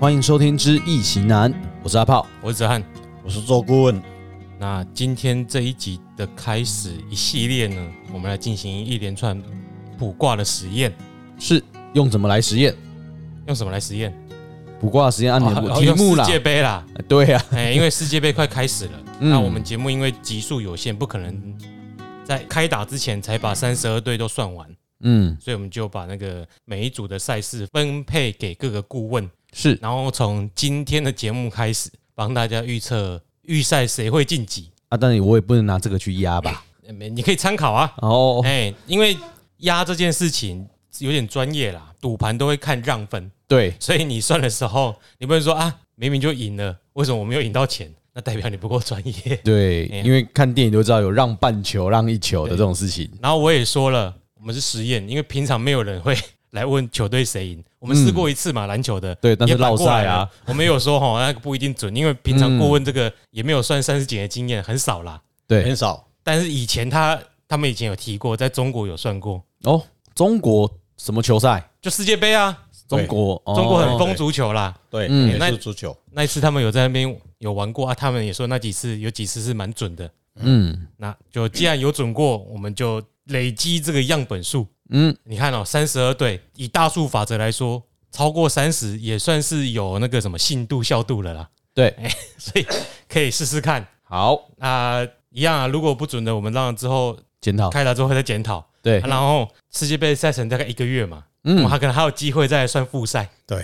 欢迎收听之《异行男》，我是阿炮。我是子翰。我是周顾问，那今天这一集的开始一系列呢，我们来进行一连串卜卦的实验。是用怎么来实验？用什么来实验？卜卦实验嗯按哦钮哦题用目啦世。界杯 啦，哎对呀、哎，因为世界杯快开始了，嗯那我们节目因为集数有限，不可能在开打之前才把三十二队都算完，嗯，所以我们就把那个每一组的赛事分配给各个顾问，是然后从今天的节目开始，帮大家预测预赛谁会晋级。啊，但我也不能拿这个去压吧。哎没你可以参考啊，哦，哎、因为压这件事情有点专业啦，赌盘都会看让分， 对，所以你算的时候，你不能说啊，明明就赢了，为什么我没有赢到钱？那代表你不够专业。 对，哎呀因为看电影都知道有让半球、让一球的这种事情。然后我也说了，我们是实验，因为平常没有人会 来问球队谁赢。我们试过一次嘛，篮球的对但是也反过来落赛啊了， 我们有说哦哈，那个不一定准，因为平常嗯顾问这个也没有算三十几年的经验，很少啦。对很，少但是以前他他们以前有提过，在中国有算过，哦，中国什么球赛？就世界杯啊，中国，哦中国很疯哎足球啦。对，嗯也那是足球，那一次他们有在那边有玩过啊，他们也说那几次有几次是蛮准的。嗯那就既然有准过，我们就累积这个样本数。嗯，你看哦，三十二队，以大数法则来说，超过三十也算是有那个什么信度效度了啦，对，所以可以试试看好，啊、一样啊，如果不准的，我们让之后检讨。开了之后再检讨。对啊，然后世界杯赛程大概一个月嘛，我们嗯，还可能还有机会再来算复赛。对，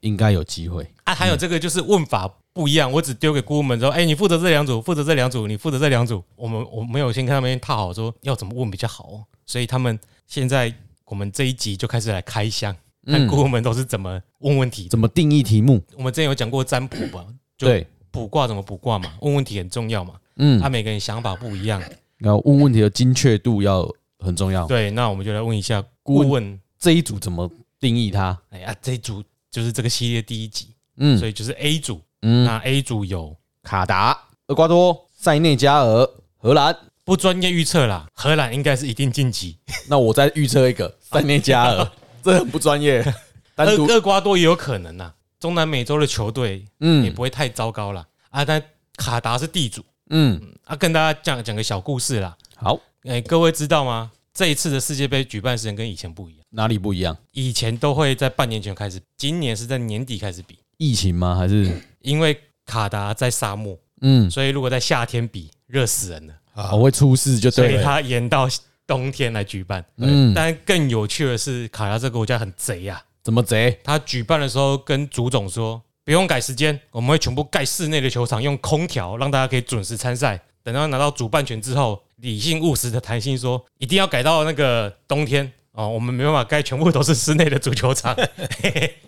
应该有机会。啊，还有这个就是问法不一样，我只丢给顾问们说，哎、你负责这两组，负责这两组，你负责这两组。我们我没有先跟他们套好说要怎么问比较好哦，所以他们现在我们这一集就开始来开箱，看嗯顾问们都是怎么问问题。怎么定义题目？我们之前有讲过占卜吧，就对，卜卦怎么卜卦嘛，问问题很重要嘛，嗯他、，每个人想法不一样。然后问问题的精确度要很重要。对，那我们就来问一下顾问顾问，这一组怎么定义它？哎呀、这一组就是这个系列第一集，嗯所以就是 A 组，嗯，那 A 组有卡达、厄瓜多、塞内加尔、荷兰。不专业预测啦，荷兰应该是一定晋级。那我再预测一 个塞内加尔，这很不专业。 单独厄厄瓜多也有可能呐、中南美洲的球队也嗯不会太糟糕啦。啊，但卡达是地主嗯，啊，跟大家讲讲个小故事啦。好，哎、各位知道吗？这一次的世界杯举办时间跟以前不一样，哪里不一样？以前都会在半年前开始，今年是在年底开始比，疫情吗？还是因为卡达在沙漠，嗯，所以如果在夏天比，热死人了，啊我会出事就所对以了。他延到冬天来举办。嗯，但更有趣的是，卡达这个国家很贼啊呀、怎么贼？他举办的时候跟足总说，不用改时间，我们会全部盖室内的球场，用空调让大家可以准时参赛。等到拿到主办权之后，理性务实的弹性说，一定要改到那个冬天哦，我们没办法盖全部都是室内的足 球场，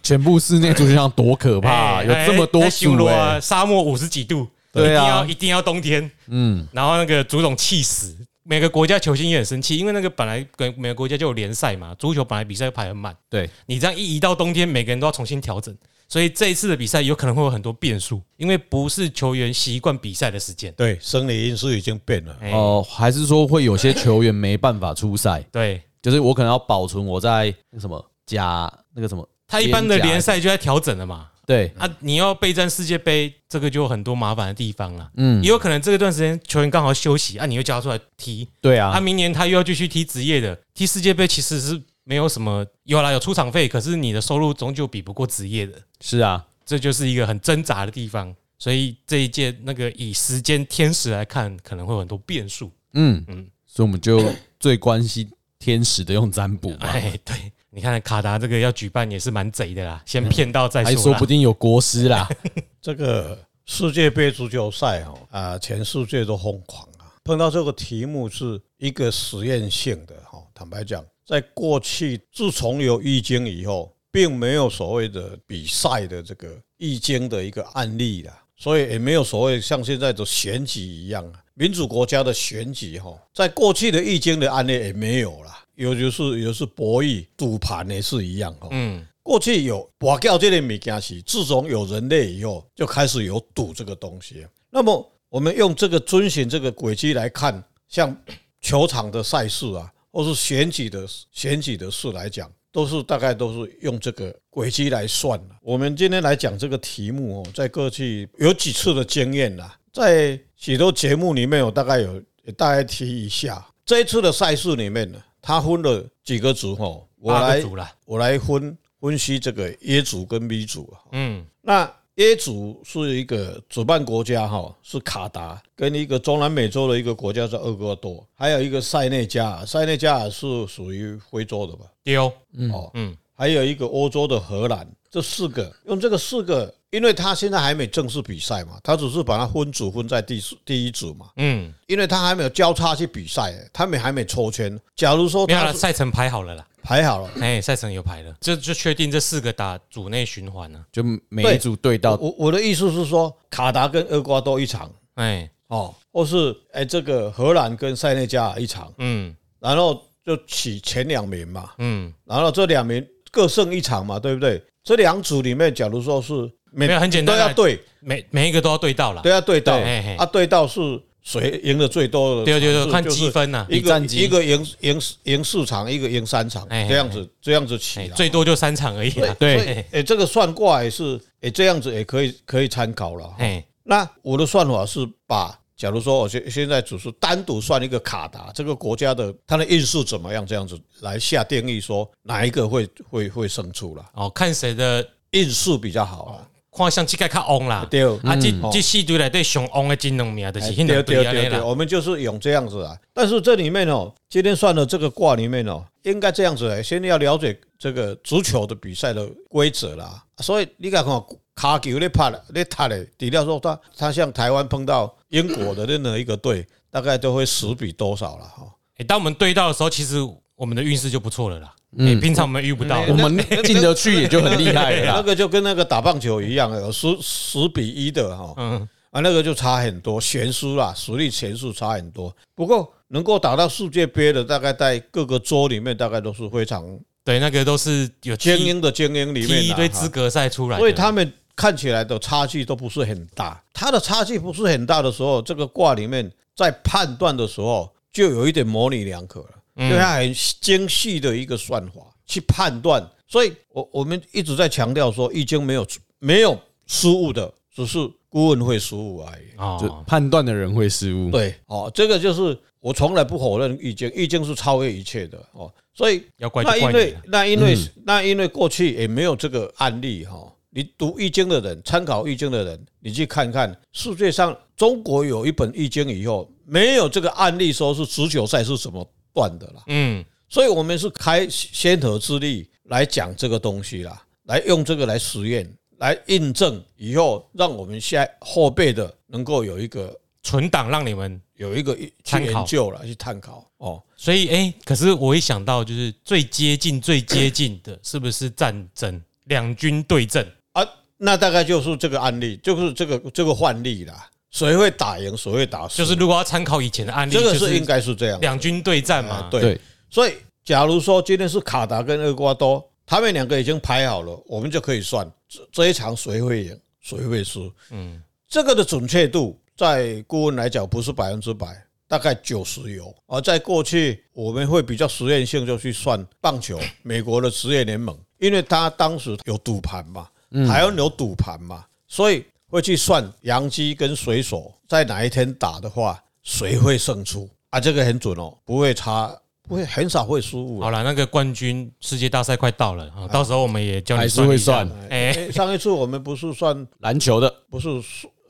全部室内足球场多可怕， 啊哎有这么多哎修组罗哎啊，。沙漠五十几度，对一定啊要一定要冬天。嗯然后那个足总气死，每个国家球星也很生气，因为那个本来跟每个国家就有联赛嘛，足球本来比赛排很满，对，你这样一移到冬天，每个人都要重新调整，所以这一次的比赛有可能会有很多变数，因为不是球员习惯比赛的时间。对，生理因素已经变了，哎哦，还是说会有些球员没办法出赛，对就是我可能要保存我在那什么甲那个什么他一般的联赛就在调整了嘛，对，啊，你要备战世界杯，这个就有很多麻烦的地方了。嗯也，有可能这段时间球员刚好休息，啊，你又叫他出来踢，对啊，啊，明年他又要继续踢职业的，踢世界杯其实是没有什么有啦，有出场费，可是你的收入终究比不过职业的，是啊，这就是一个很挣扎的地方。所以这一届那个以时间天时来看，可能会有很多变数。嗯嗯嗯，所以我们就最关心天使的用占卜嘛，哎，对，你看卡达这个要举办也是蛮贼的啦，先骗到再还说说啦。不定有国师啦。这个世界杯足球赛哦，啊，全世界都疯狂啊！碰到这个题目是一个实验性的哈、坦白讲，在过去自从有易经以后，并没有所谓的比赛的这个易经的一个案例啦，所以也没有所谓像现在的选举一样啊，民主国家的选举哈、在过去的易经的案例也没有啦。有就是有是博弈赌盘也是一样哦，嗯，过去有博掉这类物件是，自从有人类以后，就开始有赌这个东西。那么我们用这个遵循这个轨迹来看，像球场的赛事啊，或是选举的选举的事来讲，都是大概都是用这个轨迹来算的。我们今天来讲这个题目哦，在过去有几次的经验啦，在许多节目里面有大概有也大概提一下。这一次的赛事里面呢，它分了几个组哦，我八个来组了，我来分分析这个 A 组跟 B 组啊。嗯，那 A 组是一个主办国家哈，是卡达，跟一个中南美洲的一个国家叫厄瓜多，还有一个塞内加尔，塞内加尔是属于非洲的吧？丢，哦，嗯，还有一个欧洲的荷兰，这四个用这个四个，因为他现在还没正式比赛嘛，他只是把它分组分在第四第一组嘛，嗯，因为他还没有交叉去比赛，他们还没抽签。假如说没有了，他赛程排好了啦，排好了，哎，赛程有排了，这就确定这四个打组内循环啊了，就每一组对到我我的意思是说，卡达跟厄瓜多一场。哎，哦，或是哎、这个荷兰跟塞内加尔一场，嗯然后就取前两名嘛，嗯，然后这两名各胜一场嘛，对不对？这两组里面，假如说是每没有很简单都要啊对，每每一个都要对到了都，要对到对嘿嘿啊，对到是谁赢的最多的？对对对，是看就是积分啊呐，一比个战绩一个赢赢赢四场，一个赢三场，哎这样子这样子起哎，来。最多就三场而已啦，对所以，哎，这个算卦也是，哎，这样子也可以可以参考了。哎，那我的算法是把，假如说我现现在只是单独算一个卡达这个国家的它的运势怎么样，这样子来下定义说哪一个会会会胜出啦，哦，看谁的运势比较好啊啦。看相机盖较旺啦，对，啊，这哦这四队内底上旺的前两名就是哎迄两队安尼啦，我们就是用这样子啊。但是这里面哦，今天算的这个卦里面哦，应该这样子来，先要了解这个足球的比赛的规则啦。所以你看看卡球咧拍咧咧踢咧，除了说他他像台湾碰到英国的任何一个队，大概都会十比多少哦了哈。哎，当我们对到的时候，其实我们的运势就不错了啦，哎，平常我们遇不到我啦，嗯们进得去也就很厉害了啊 那啦。个就跟那个打棒球一样，有十十比一的哈。嗯，啊，那个就差很多，悬殊啦，实力悬殊差很多。不过能够打到世界杯的，大概在各个州里面，大概都是非常对，那个都是有精踢英的精英里面踢一啦堆资格赛出来的，所以他们看起来的差距都不是很大。他的差距不是很大的时候，这个卦里面在判断的时候就有一点模棱两可了，因为它很精细的一个算法去判断。所以我我们一直在强调说，《易经》没有没有失误的，只是顾问会失误而已。就哦，判断的人会失误，对，哦，这个就是我从来不否认易经，易经是超越一切的哦，所以要怪就那因怪你啊为啦，那因为、那因为过去也没有这个案例哈、哦，你读易经的人，参考易经的人，你去看看世界上中国有一本易经以后，没有这个案例说是足球赛是怎么断的啦，嗯，所以我们是开先河之力来讲这个东西啦，来用这个来实验。来印证以后，让我们下后辈的能够有一个存档让你们。有一个一去参考研究了，去探考哦。所以，哎、可是我一想到，就是最接近、最接近的，是不是战争？两军对阵，那大概就是这个案例，就是这个这个范例啦。谁会打赢，谁会打输，就是如果要参考以前的案例，这个就是应该是这样。两军对战嘛啊。对对，所以，假如说今天是卡达跟厄瓜多，他们两个已经排好了，我们就可以算这这一场谁会赢，谁会输。嗯，这个的准确度，在顾问来讲不是百分之百，大概九十有。而在过去，我们会比较实验性就去算 棒球，美国的职业联盟，因为他当时有赌盘嘛，嗯台湾有赌盘嘛，所以会去算洋基跟水手在哪一天打的话，谁会胜出啊？这个很准哦，不会差，不会很少会啊失误好。了，那个冠军世界大赛快到了啊，到时候我们也教你还是会一下算。哎、哎上一次我们不是算篮球的，不是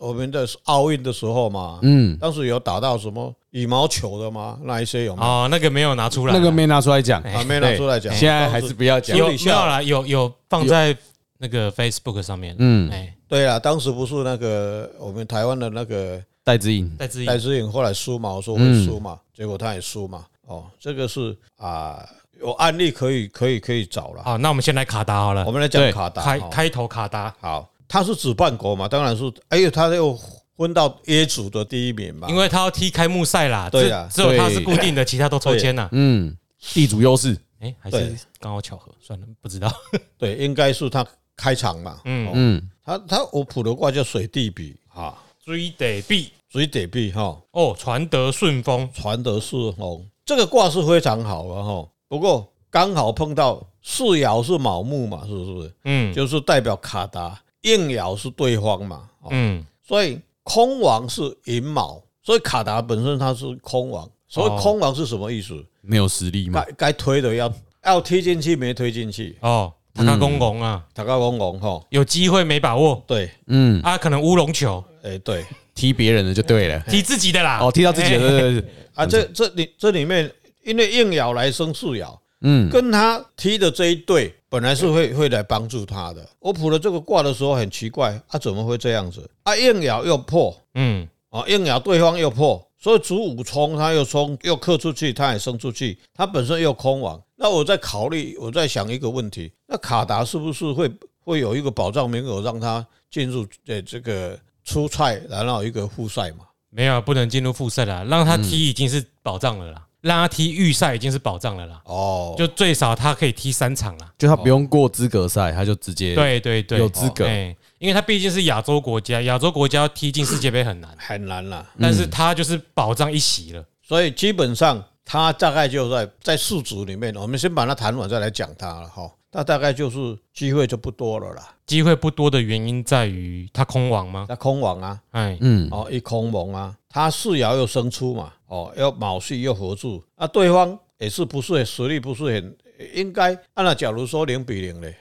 我们的奥运的时候嘛，嗯，当时有打到什么羽毛球的吗？那一些有吗？哦，那哎个没有拿出来，那个没拿出来讲，啊，没拿出来讲。现在还是不要讲有，有没理有下啦，有有放在那个 Facebook 上面。嗯哎、对啊，当时不是那个我们台湾的那个戴志颖，戴志戴颖，志颖后来输嘛，我说会输嗯嘛，结果他也输嘛。哦，这个是啊，有案例可以可以可以找了。好，哦那我们先来卡达好了我，们来讲对卡达，开哦开头卡达，好，他是主办国嘛，当然是，哎呦，他又分到 A 组的第一名嘛因。为他要踢开幕赛啦，啊对只啊只有他是对固定的，其他都抽签啦。嗯，地主优势，哎，还对是刚好巧合，算了，不知道。对，应该是他开场嘛。嗯嗯，嗯，他他我普的话叫水地比啊，追得必水地比哈。哦，传得顺风，传得是哦，这个卦是非常好的哈、不过刚好碰到世爻是卯木嘛，是不是？嗯就是代表卡达，应爻是对方嘛，哦嗯，所以空王是寅卯，所以卡达本身它是空王。所哦以空王是什么意思？没有实力嘛该，该推的要要推进去没推进去，哦，他他公公啊，大家公公哈，有机会没把握对，嗯，啊，可能乌龙球哎、对踢别人的就对了，踢自己的啦。哦，踢到自己哎的，对对对，啊，这这里这里面因为应爻来生四爻，嗯，跟他踢的这一队本来是会会来帮助他的。我卜了这个卦的时候很奇怪，啊，怎么会这样子？啊，应爻又破嗯啊，应爻对方又破，所以主五冲他又冲又克出去，他也生出去，他本身又空亡。那我在考虑，我在想一个问题，那卡达是不是会会有一个保障名额让他进入呃这个初赛，然后一个复赛嘛？没有，不能进入复赛啦，让他嗯踢已经是保障了啦，让他踢预赛已经是保障了啦，哦，，就最少他可以踢三场啦。就他不用过资格赛，他就直接对对对，有资格哎因为他毕竟是亚洲国家，亚洲国家要踢进世界杯很难很难啦。嗯但是他就是保障一席了。所以基本上它大概就在在市值里面，我们先把它谈完再来讲它了哈。它大概就是机会就不多了啦，机会不多的原因在于他空王吗？那空网啊，哎，嗯，哦一空蒙啊，它四爻又生出嘛，哦又卯戌又合住，啊对方也是不是实力不是很应该，按、照假如说零比零嘞，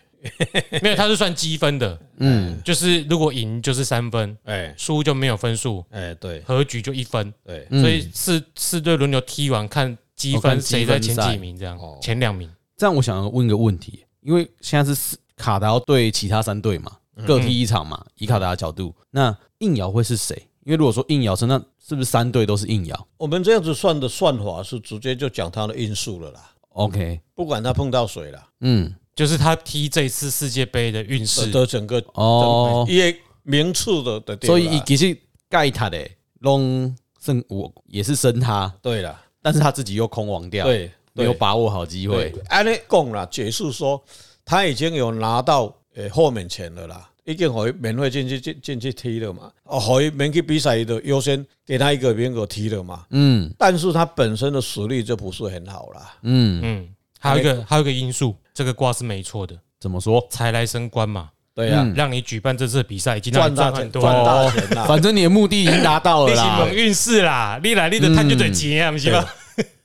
没有，他是算积分的，嗯，就是如果赢就是三分，哎输就没有分数，哎对和局就一分，对，嗯所以四四队轮流踢完，看积哦看分积分谁在前赛几名，这样哦前两名。这样我想问个问题，因为现在是四卡达要对其他三队嘛，嗯各踢一场嘛，以卡达的角度，那应爻会是谁？因为如果说应爻是，那是不是三队都是应爻我们这样子算的算法是直接就讲它的因素了啦， ？OK，不管它碰到谁啦，嗯，就是他踢这次世界杯的运势，的整个哦，也名次的的地所方啦，以伊其实盖他的拢剩我也是生他，对了。但是他自己又空亡掉，，对，没有把握好机会对。。按你讲啦，解释说他已经有拿到诶豁免权了啦，已经可以免费进去进进去踢了嘛，哦，可以免去比赛的优先给他一个名额踢了嘛。嗯但是他本身的实力就不是很好啦。嗯，嗯，还有一个还有一个因素，这个卦是没错的，怎么说？财来升官嘛，对呀、嗯让你举办这次比赛已经让你赚大赚钱，很多赚了。大钱啦。反正你的目的已经达到了你 是啦蒙，运势啦，你来你的探就得钱啊，不是吧？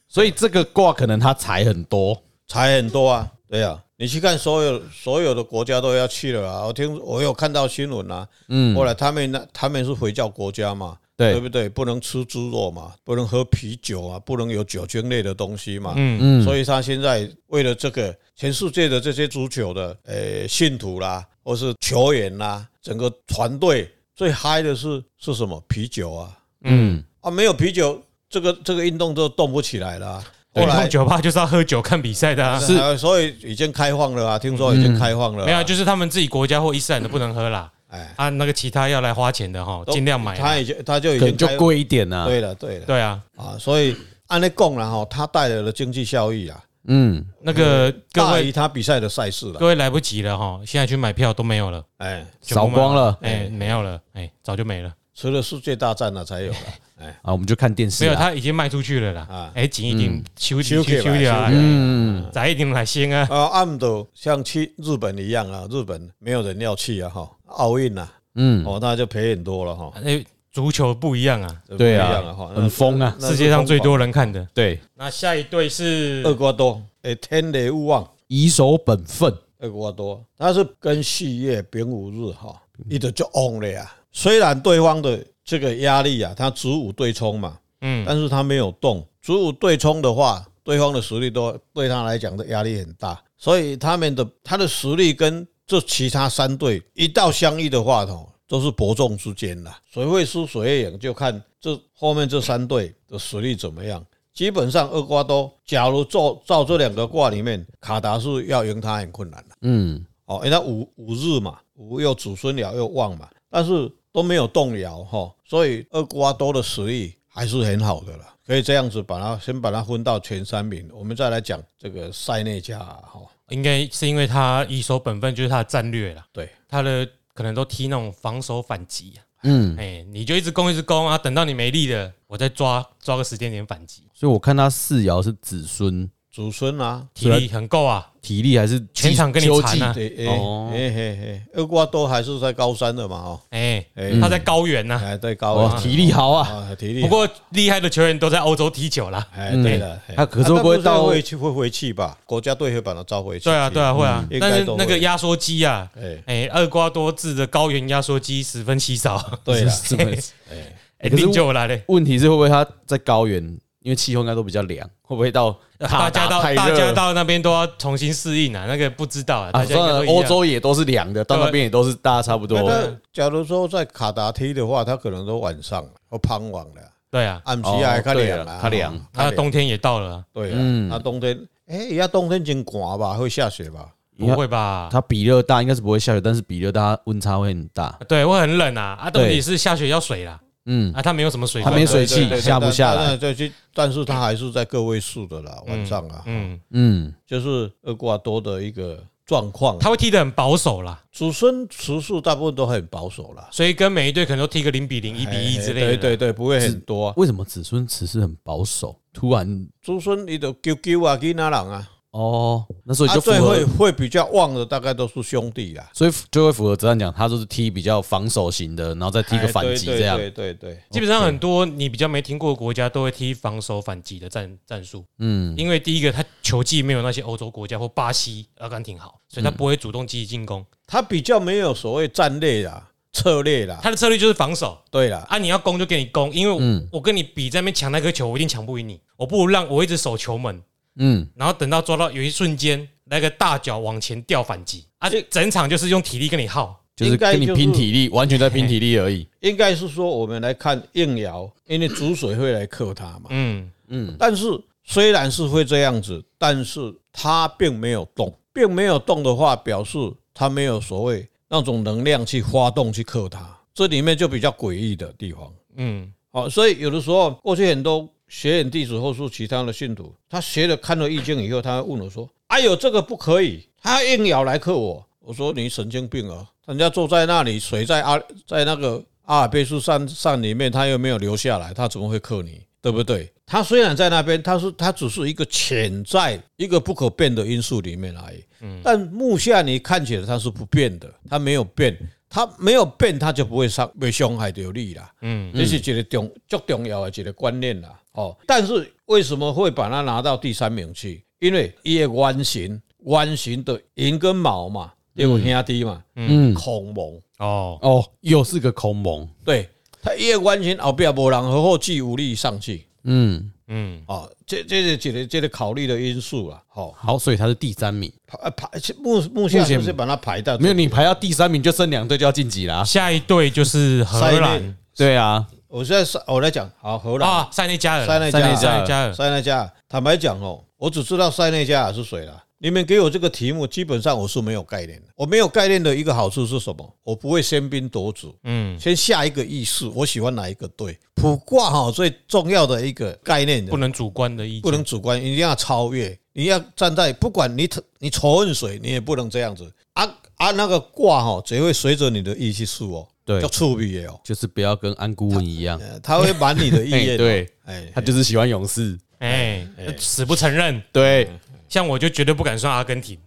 所以这个卦可能他财很多。才很多啊，对呀、你去看所有所有的国家都要去了啊！我听我有看到新闻啊，嗯后来他们那他们是回教国家嘛，对不对？不能吃猪肉嘛，不能喝啤酒啊，不能有酒精类的东西嘛。嗯，嗯，所以他现在为了这个，全世界的这些足球的呃信徒啦，或是球员啦，整个团队最嗨的是是什么？啤酒啊嗯，啊！没有啤酒，这个这个运动就动不起来了啊、后对，来弄酒吧就是要喝酒看比赛的啊。是啊所以已经开放了啊，听说已经开放了啊、没有啊，就是他们自己国家或伊斯兰的不能喝啦。哎，啊，那个其他要来花钱的哈，都尽量买啦。他已经他就已可能就经开贵一点呐。对了对了对啊，啊，所以按那讲了哈，他带来了经济效益啊，嗯，那个各大于位他比赛的赛事了。各位来不及了哈，现在去买票都没有了，哎，全部扫光了没有哎，没有了，哎，早就没了。除了世界大战了 才有了。哎，啊，我们就看电视没有，啊。他已经卖出去了啦啊。哎，钱已经收收起来收掉收起啊，来嗯，早一点来先啊。啊，按的像去日本一样啊，日本没有人要去啊哈，奥运啊，嗯，哦，那就赔很多了哈。哎，足球不一样啊，这不对一样了啊哈，那很疯啊。那是世界上最多人看的。对，那下一对是厄瓜多，哎，天雷勿忘。以守本分。厄瓜多，它是跟系月丙午日哈，嗯一直就 on 了呀。虽然对方的这个压力啊，他子午对冲嘛，嗯但是他没有动。子午对冲的话，对方的实力都对他来讲的压力很大，所以他们的他的实力跟这其他三队一到相遇的话，哦，都是伯仲之间啦。谁会输谁会赢，就看这后面这三队的实力怎么样。基本上，厄瓜多假如照照这两个卦里面，卡达是要赢他很困难的。嗯哦，因为它五五日嘛，五又祖孙爻又旺嘛，但是都没有动摇哈、所以厄瓜多的实力还是很好的了，可以这样子把它先把它分到前三名，我们再来讲这个塞内加尔哈、应该是因为他以守本分，就是他的战略啦。对，他的可能都踢那种防守反击、啊，嗯，哎、你就一直攻一直攻啊，等到你没力了，我再抓抓个时间点反击。所以我看他四爻是子孙祖孙啊，体力很够啊，体力还是全场跟你纠缠技啊对，哎哦哎嘿嘿，厄瓜多还是在高山的嘛，哦，哎，哎他在高原呐。哎，对高哦，啊体力好啊，啊，体力不好。过厉害的球员都在欧洲踢球啦。哎，嗯对了，哎他可是啊会不会但到会去会回去吧？国家队会把他召回去。对啊，对啊，会啊嗯应。该但是都那个会压缩机啊，哎，哎，厄瓜多制的高原压缩机十分稀少，对 了，是没错哎， 可哎，是定就来 嘞。问题是会不会他在高原，因为气候应该都比较凉，会不会到 啊大家到太热大家到那边都要重新适应啊，那个不知道啊，啊，大家应该都算了，一样欧洲也都是凉的，到那边也都是大家差不多那。个假如说在卡达踢的话，他可能都晚上或傍晚了，对啊，暗时啊，哦较凉对啊啊，较凉哦那冬天也到了啊，对嗯啊，他冬天，哎，要冬天真寒吧，会下雪吧？应该不会吧？它比热大应该是不会下雪，但是比热大温差会很大。对，会很冷啊，啊，对到底是下雪要水啦，嗯，啊，它没有什么水它分，没水对对汽对下不下但来。但是但是他还是在个位数的啦，晚上啊，嗯，嗯，就是厄瓜多的一个状况。他会踢得很保守啦，祖孙持数大部分都很保守啦，所以跟每一队可能都踢个零比零、一比一之类哎的，对对对，不会很多啊。为什么子孙慈是很保守？突然祖孙你都救救啊，给哪人啊？哦，那所以啊，就符最合，会会比较旺的大概都是兄弟啦，所以就会符合子弹讲，他就是踢比较防守型的，然后再踢个哎反对击对这样。对对对，基本上很多你比较没听过的国家都会踢防守反击的战战术，嗯，因为第一个他球技没有那些欧洲国家或巴西、阿根廷好，所以他嗯不会主动积极进攻，他比较没有所谓战略啦、策略啦，他的策略就是防守。对啦，啊，你要攻就给你攻，因为嗯我我跟你比在那边抢那颗球，我一定抢不赢你，我不如让我一直守球门，嗯，然后等到抓到有一瞬间来个大脚往前吊反击，啊，这整场就是用体力跟你耗，就是应该跟你就是拼体力，完全在拼体力而 已。应该是说我们来看应爻，因为主水会来克他嘛。嗯，嗯，但是虽然是会这样子，但是他并没有动，并没有动的话，表示他没有所谓那种能量去发动去克他，这里面就比较诡异的地方。嗯，哦，所以有的时候过去很多学员弟子或是其他的信徒，他学了看了易经以后，他会问我说：“哎呦，这个不可以！”他硬要来克我。我说：“你神经病啊！人家坐在那里，水在阿在那个阿尔卑斯山上里面，他又没有流下来，他怎么会克你？对不对？他虽然在那边，他是他只是一个潜在一个不可变的因素里面而已。但目下你看起来他是不变的，他没有变，他没有变，他就不会伤被伤害到你啦。嗯这是一个重足重要的一个观念啦。哦，但是为什么会把它拿到第三名去？因为伊的原型，原型的银跟毛嘛，有兄弟嘛，嗯，孔蒙，哦，哦，又是个空蒙。对，他伊的原型后壁无人和后继无力上去。嗯，嗯，哦，这这是一个这个考虑的因素啦。好、好，所以他是第三名。排排目目前目前就是把它排到没有，你排到第三名就剩两队就要晋级啦。下一队就是荷啊塞兰内对啊，我现在是我来讲，好，荷兰、啊，塞内加尔，塞内加塞内加尔塞内尔、加尔，塞内加尔，坦白讲哦，我只知道塞内加尔是谁了。你们给我这个题目，基本上我是没有概念的。我没有概念的一个好处是什么？我不会喧宾夺主，嗯，先下一个意识，我喜欢哪一个队。卜卦哈，最重要的一个概念，不能主观的意见，不能主观，一定要超越。你要站在不管你你仇恨谁，你也不能这样子啊啊！那个卦哈，只会随着你的意去数哦，对叫触笔的哦，就是不要跟安顾问一样，呃他会满你的 意哎，愿。，对哎，他就是喜欢勇士，哎，死不承认，对，像我就绝对不敢算阿根廷，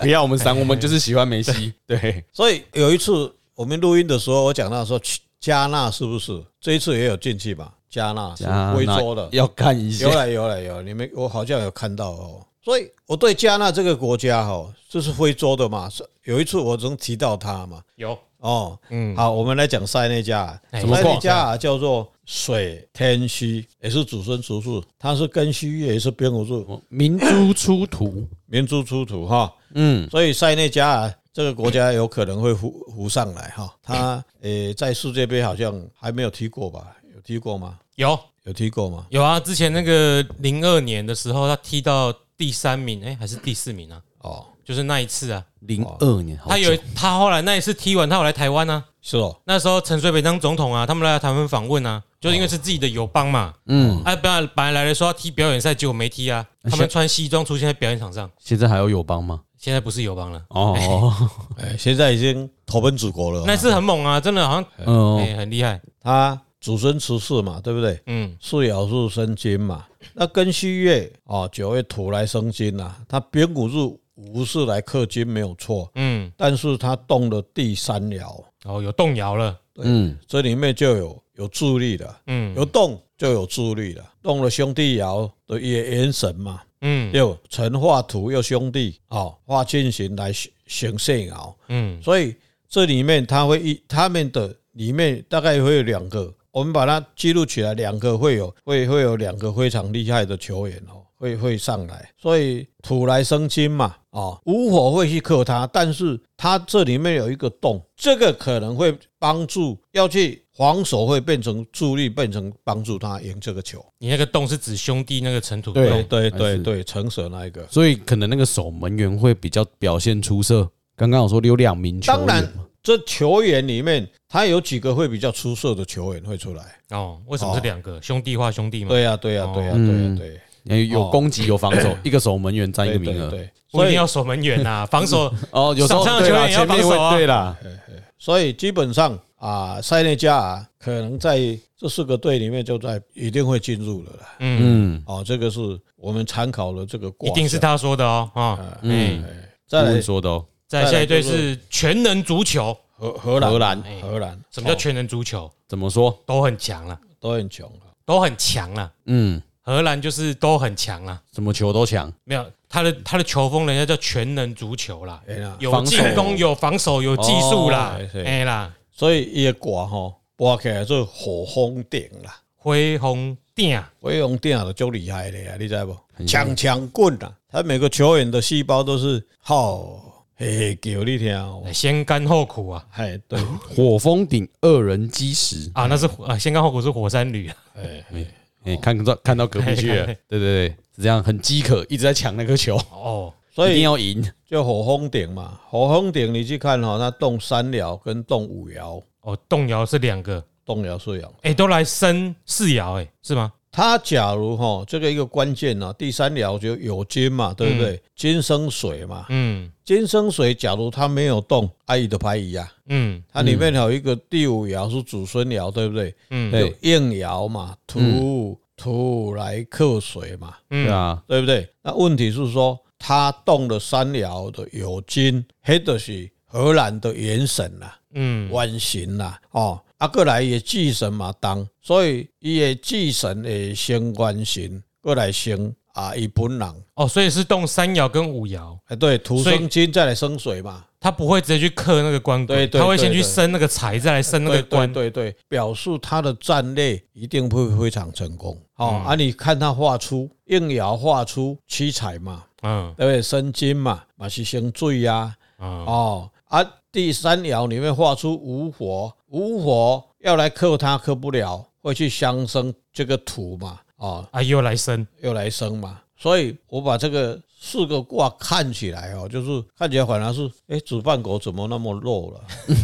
不要我们三，我们就是喜欢梅 西，对，所以有一次我们录音的时候，我讲到说加纳是不是这一次也有进去吧？加纳是非洲的，要看一下有，啊了有了有啦，你们我好像有看到哦。所以我对加纳这个国家哦，这是非洲的嘛，是有一次我曾提到它嘛。有，哦，嗯，好，我们来讲塞内加尔，哎塞怎么内逛加尔叫做水天虚，也是祖孙族数，它是根须叶，也是边无柱，明珠出土，民族出土哈。嗯，所以塞内加尔这个国家有可能会浮浮上来哈。他呃，在世界杯好像还没有踢过吧？有踢过吗？有，有踢过吗？有啊，之前那个零二年的时候，他踢到第三名，哎、还是第四名啊？哦，就是那一次啊，零二年，好他有久他后来那一次踢完，他有来台湾啊。是哦，那时候陈水扁当总统啊，他们来台湾访问啊，就是因为是自己的友邦嘛。嗯，哎啊，本来本来来的说要踢表演赛，结果没踢啊。他们穿西装出现在表演场上，现在还有友邦吗？现在不是友邦了。 哦，哎，现在已经投奔祖国了。那次很猛啊，真的好像嗯，哎、很厉害。他祖孙十四嘛，对不对？嗯，四爻是生金嘛，那庚戌月啊，九月土来生金呐、啊，它丙午日午是来克金没有错，嗯，但是它动了第三爻，哦，有动摇了，嗯，这里面就有有助力的，嗯，有动就有助力了，动了兄弟爻的也元神嘛，嗯，又辰化土又兄弟哦，化进行来行行性爻，嗯，所以这里面它会一他们的里面大概会有两个，我们把它记录起来，两个会有会会有两个非常厉害的球员哦，会会上来，所以土来生金嘛，哦，无火会去克它，但是它这里面有一个洞，这个可能会帮助要去防守，会变成助力，变成帮助他赢这个球。哦你那个动是指兄弟那个尘土对洞，对还对是对，成蛇那一个。所以可能那个守门员会比较表现出色。刚刚我说有两名球员当嘛，然，这球员里面，他有几个会比较出色的球员会出来。哦，为什么是两个兄弟化兄弟嘛？对呀、对呀、啊对呀、哦对呀、嗯对、有有攻击有防守，哦一个守门员占一对个名对额。对，不一所定以要守门员呐，防守哦，有时候上场的对啦，球员也要前面防守啊会对啦，所以基本上啊，塞内加尔可能在这四个队里面就在一定会进入了啦。嗯，嗯，哦，这个是我们参考了这个卦一象，定是他说的哦，啊，嗯，再顾问来说的哦，再再下来一队就是是全能足球，荷荷兰荷兰哎荷兰哦什么叫全能足球？怎么说？都很强了，都很穷啊都很强了，嗯，荷兰就是都很强了，什么球都强，没有他的他的球风，人家叫全能足球啦，哎呀，有防守进攻，有防守，有技术啦哦，是哎啦，所以一卦哈，刮起来就火风顶啦，恢宏鼎，啊火风顶了就厉害了呀，你知道不？很厉害强强棍啊，他每个球员的细胞都是好嘿嘿叫你听哦，哎先甘后苦啊哎对，火风顶二人基石。啊，那是啊，先甘后苦是火山旅啊，哎。哎，看到看到隔壁去了，哦嘿嘿对对对，是这样，很饥渴，一直在抢那个球，哦，所一定以要赢。就火风鼎嘛，火风鼎你去看哈、它动三爻跟动五爻，哦，动摇是两个，动爻四爻。哎、都来升四爻，哎，是吗？它假如哈、这个一个关键呢、第三爻就有金嘛，对不对？金生水嘛，嗯金生水，假如它没有动，阿姨的牌一样，嗯它里面还有一个第五爻是祖孙爻，对不对？嗯，对有应爻嘛，土土来克水嘛，嗯对，啊，对不对？那问题是说，它动了三爻的有金，黑的是荷兰的元神啦、嗯弯形啦，哦，啊，过来也祭神嘛当，所以伊的祭神会先弯形，过来先啊，伊本人，哦，所以是动三爻跟五爻，哎，对，土所以生金再来生水嘛，他不会直接去克那个官鬼，对对他会先去对对升那个财，再来升那个对对官。对对，表示他的战略一定会非常成功，嗯哦，啊，你看他画出应爻画出七彩嘛，嗯对不对？生金嘛，嘛是生水呀、啊，嗯哦啊，第三爻里面画出无火，无火要来克它，克不了，会去相生这个土嘛，哦，啊，又来升，又来生嘛，所以我把这个四个卦看起来哦，就是看起来反而是，哎，主办国怎么那么弱了？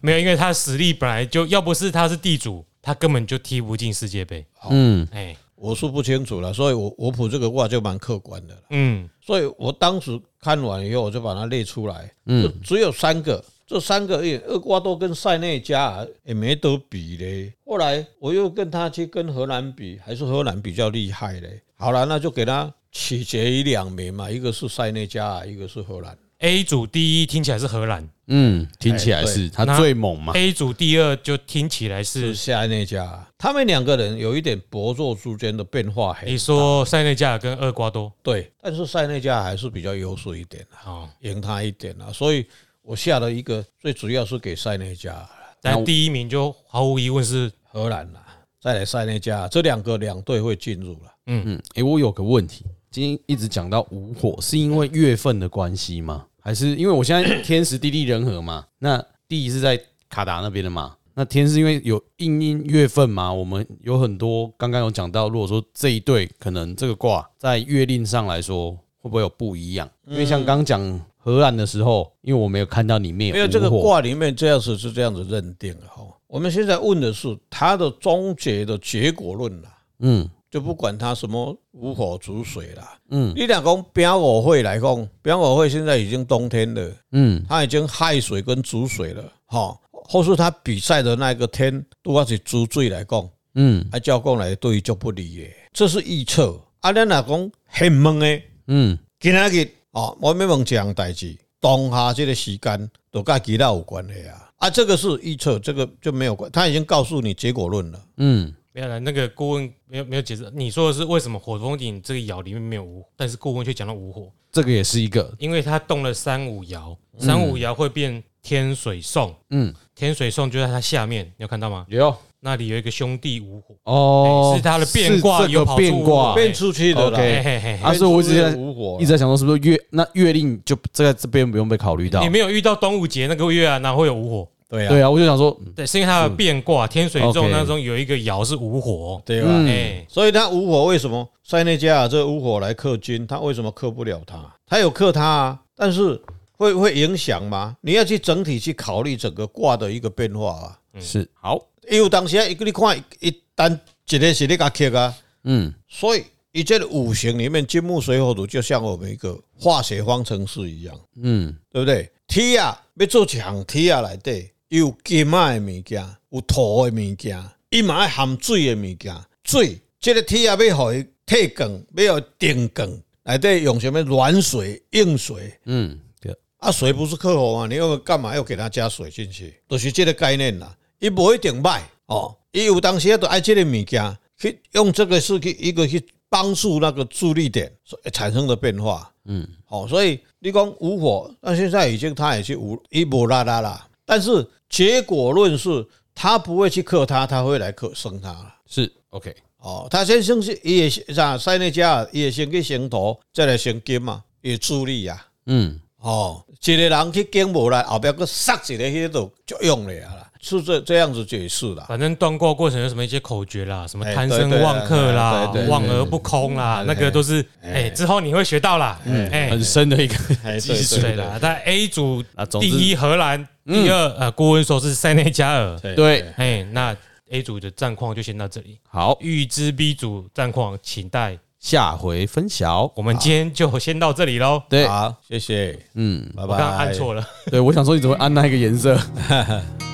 没有，因为他实力本来就要不是他是地主，他根本就踢不进世界杯。嗯，哎，我是不清楚了，所以我我卜这个卦就蛮客观的了，嗯所以我当时看完以后，我就把它列出来，就只有三个。这三个月，厄瓜多跟塞内加尔也没得比嘞。后来我又跟他去跟荷兰比，还是荷兰比较厉害嘞。好了，那就给他取决于两名嘛，一个是塞内加尔，一个是荷兰。 ，A 组第一听起来是荷兰嗯，听起来哎对是他那最猛嘛， ，A 组第二就听起来是是。塞内加尔，他们两个人有一点薄弱之间的变化很大。你说塞内加尔跟厄瓜多，对，但是塞内加尔还是比较优势一点啊，哦，赢他一点啊，所以我下了一个最主要是给塞内加尔。但第一名就毫无疑问是，荷兰啦、再来塞内加尔，这两个两队会进入了。嗯，诶，我有个问题，今天一直讲到无火，是因为月份的关系吗？还是因为我现在天时地利人和嘛？ 那地是在卡达那边的嘛？那天是因为有应因月份嘛？我们有很多刚刚有讲到，如果说这一对可能这个卦在月令上来说会不会有不一样？嗯因为像刚讲荷兰的时候，因为我没有看到里面因为这个无火，卦里面这样子是这样子认定的哈。我们现在问的是它的终结的结果论啦，嗯就不管它什么无火煮水啦。嗯你俩讲丙火会来讲，丙火会现在已经冬天了，嗯它已经亥水跟煮水了，哈。或是他比赛的那个天，拄啊是主罪来讲，嗯啊照讲来对伊就不利的，这是预测。啊，咱若讲很猛的，嗯今仔日哦，我要问一项代志，当下这个时间都甲其他有关系啊。啊，这个是预测，这个就没有关，他已经告诉你结果论了。嗯，没有啦，那个顾问没有没有解释。你说的是为什么火风顶这个爻里面没有无火，但是顾问却讲到无火，这个也是一个，因为他动了三五爻，三五爻会变天水讼，嗯，天水讼就在它下面，你有看到吗？有那里有一个兄弟无火，哦哎，是他的变卦是这有个跑出变卦五对变出去的啦啊 OK 嘿嘿嘿嘿，啊，所以我一直在无火一直在想说，是不是月那月令就这个这边不用被考虑到你？没有遇到端午节那个月啊，哪会有无火？对啊对，啊，我就想说，嗯对，是因为它的变卦天水中 OK 当中有一个爻是无火，对啊。嗯哎，所以他无火为什么塞内加尔这无火来克金，他为什么克不了他？他有克他啊，但是会会影响吗？你要去整体去考虑整个卦的一个变化啊。嗯是好，因为有当时啊，一个你看一单一个是你甲克啊，嗯所以一这个五行里面金木水火土就像我们一个化学方程式一样，嗯对不对？铁啊要做一项铁啊内底有金啊的物件，有土的物件，伊嘛要含水的物件，水这个铁啊要互伊退光，要互定光，内底用什么软水、硬水。嗯，对啊，水不是克火嘛？你要干嘛要给它加水进去？就是这个概念啦。伊无一定歹哦，伊有当时都爱这个物件，去用这个是去一个去帮助那个助力点所产生的变化。嗯，哦，所以你讲无火，那现在已经他也是无一无啦啦啦，但是结果论是他不会去克他，他会来克生他啦。是 OK，哦，他先生是伊也啥塞内加尔，伊也先去行土，再来行金嘛，也助力呀、嗯哦，一个人去警无来，后壁佫塞一个迄度就用了啦，是这这样子解释啦。反正断卦过程有什么一些口诀啦，什么贪哎对生对忘克啦对对对、对望而不空啦，那个都是哎之后你会学到啦，哎嗯 很。深的一个哎，技术对啦，但 A 组啊总之第一荷兰，第二呃，顾问说是塞内加尔，对，哎，那 A 组的战况就先到这里。好，预知 B 组战况，请待。下回分晓。我们今天就先到这里喽。对，好，谢谢，嗯，拜拜。我刚刚按错了，对，我想说你怎么会按那一个颜 色？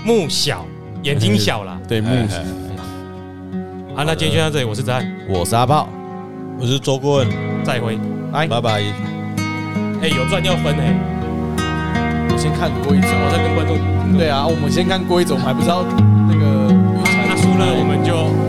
目小，眼睛小啦。对，木哎，子，哎啊，那今天就到这里，我是子安，我是阿炮，我是周顾问，再会。拜。拜拜。哎，有赚要分哎，我先看规则，我再跟观众。对啊，我们先看规则，我们还不知道那个。那输了我们就。哎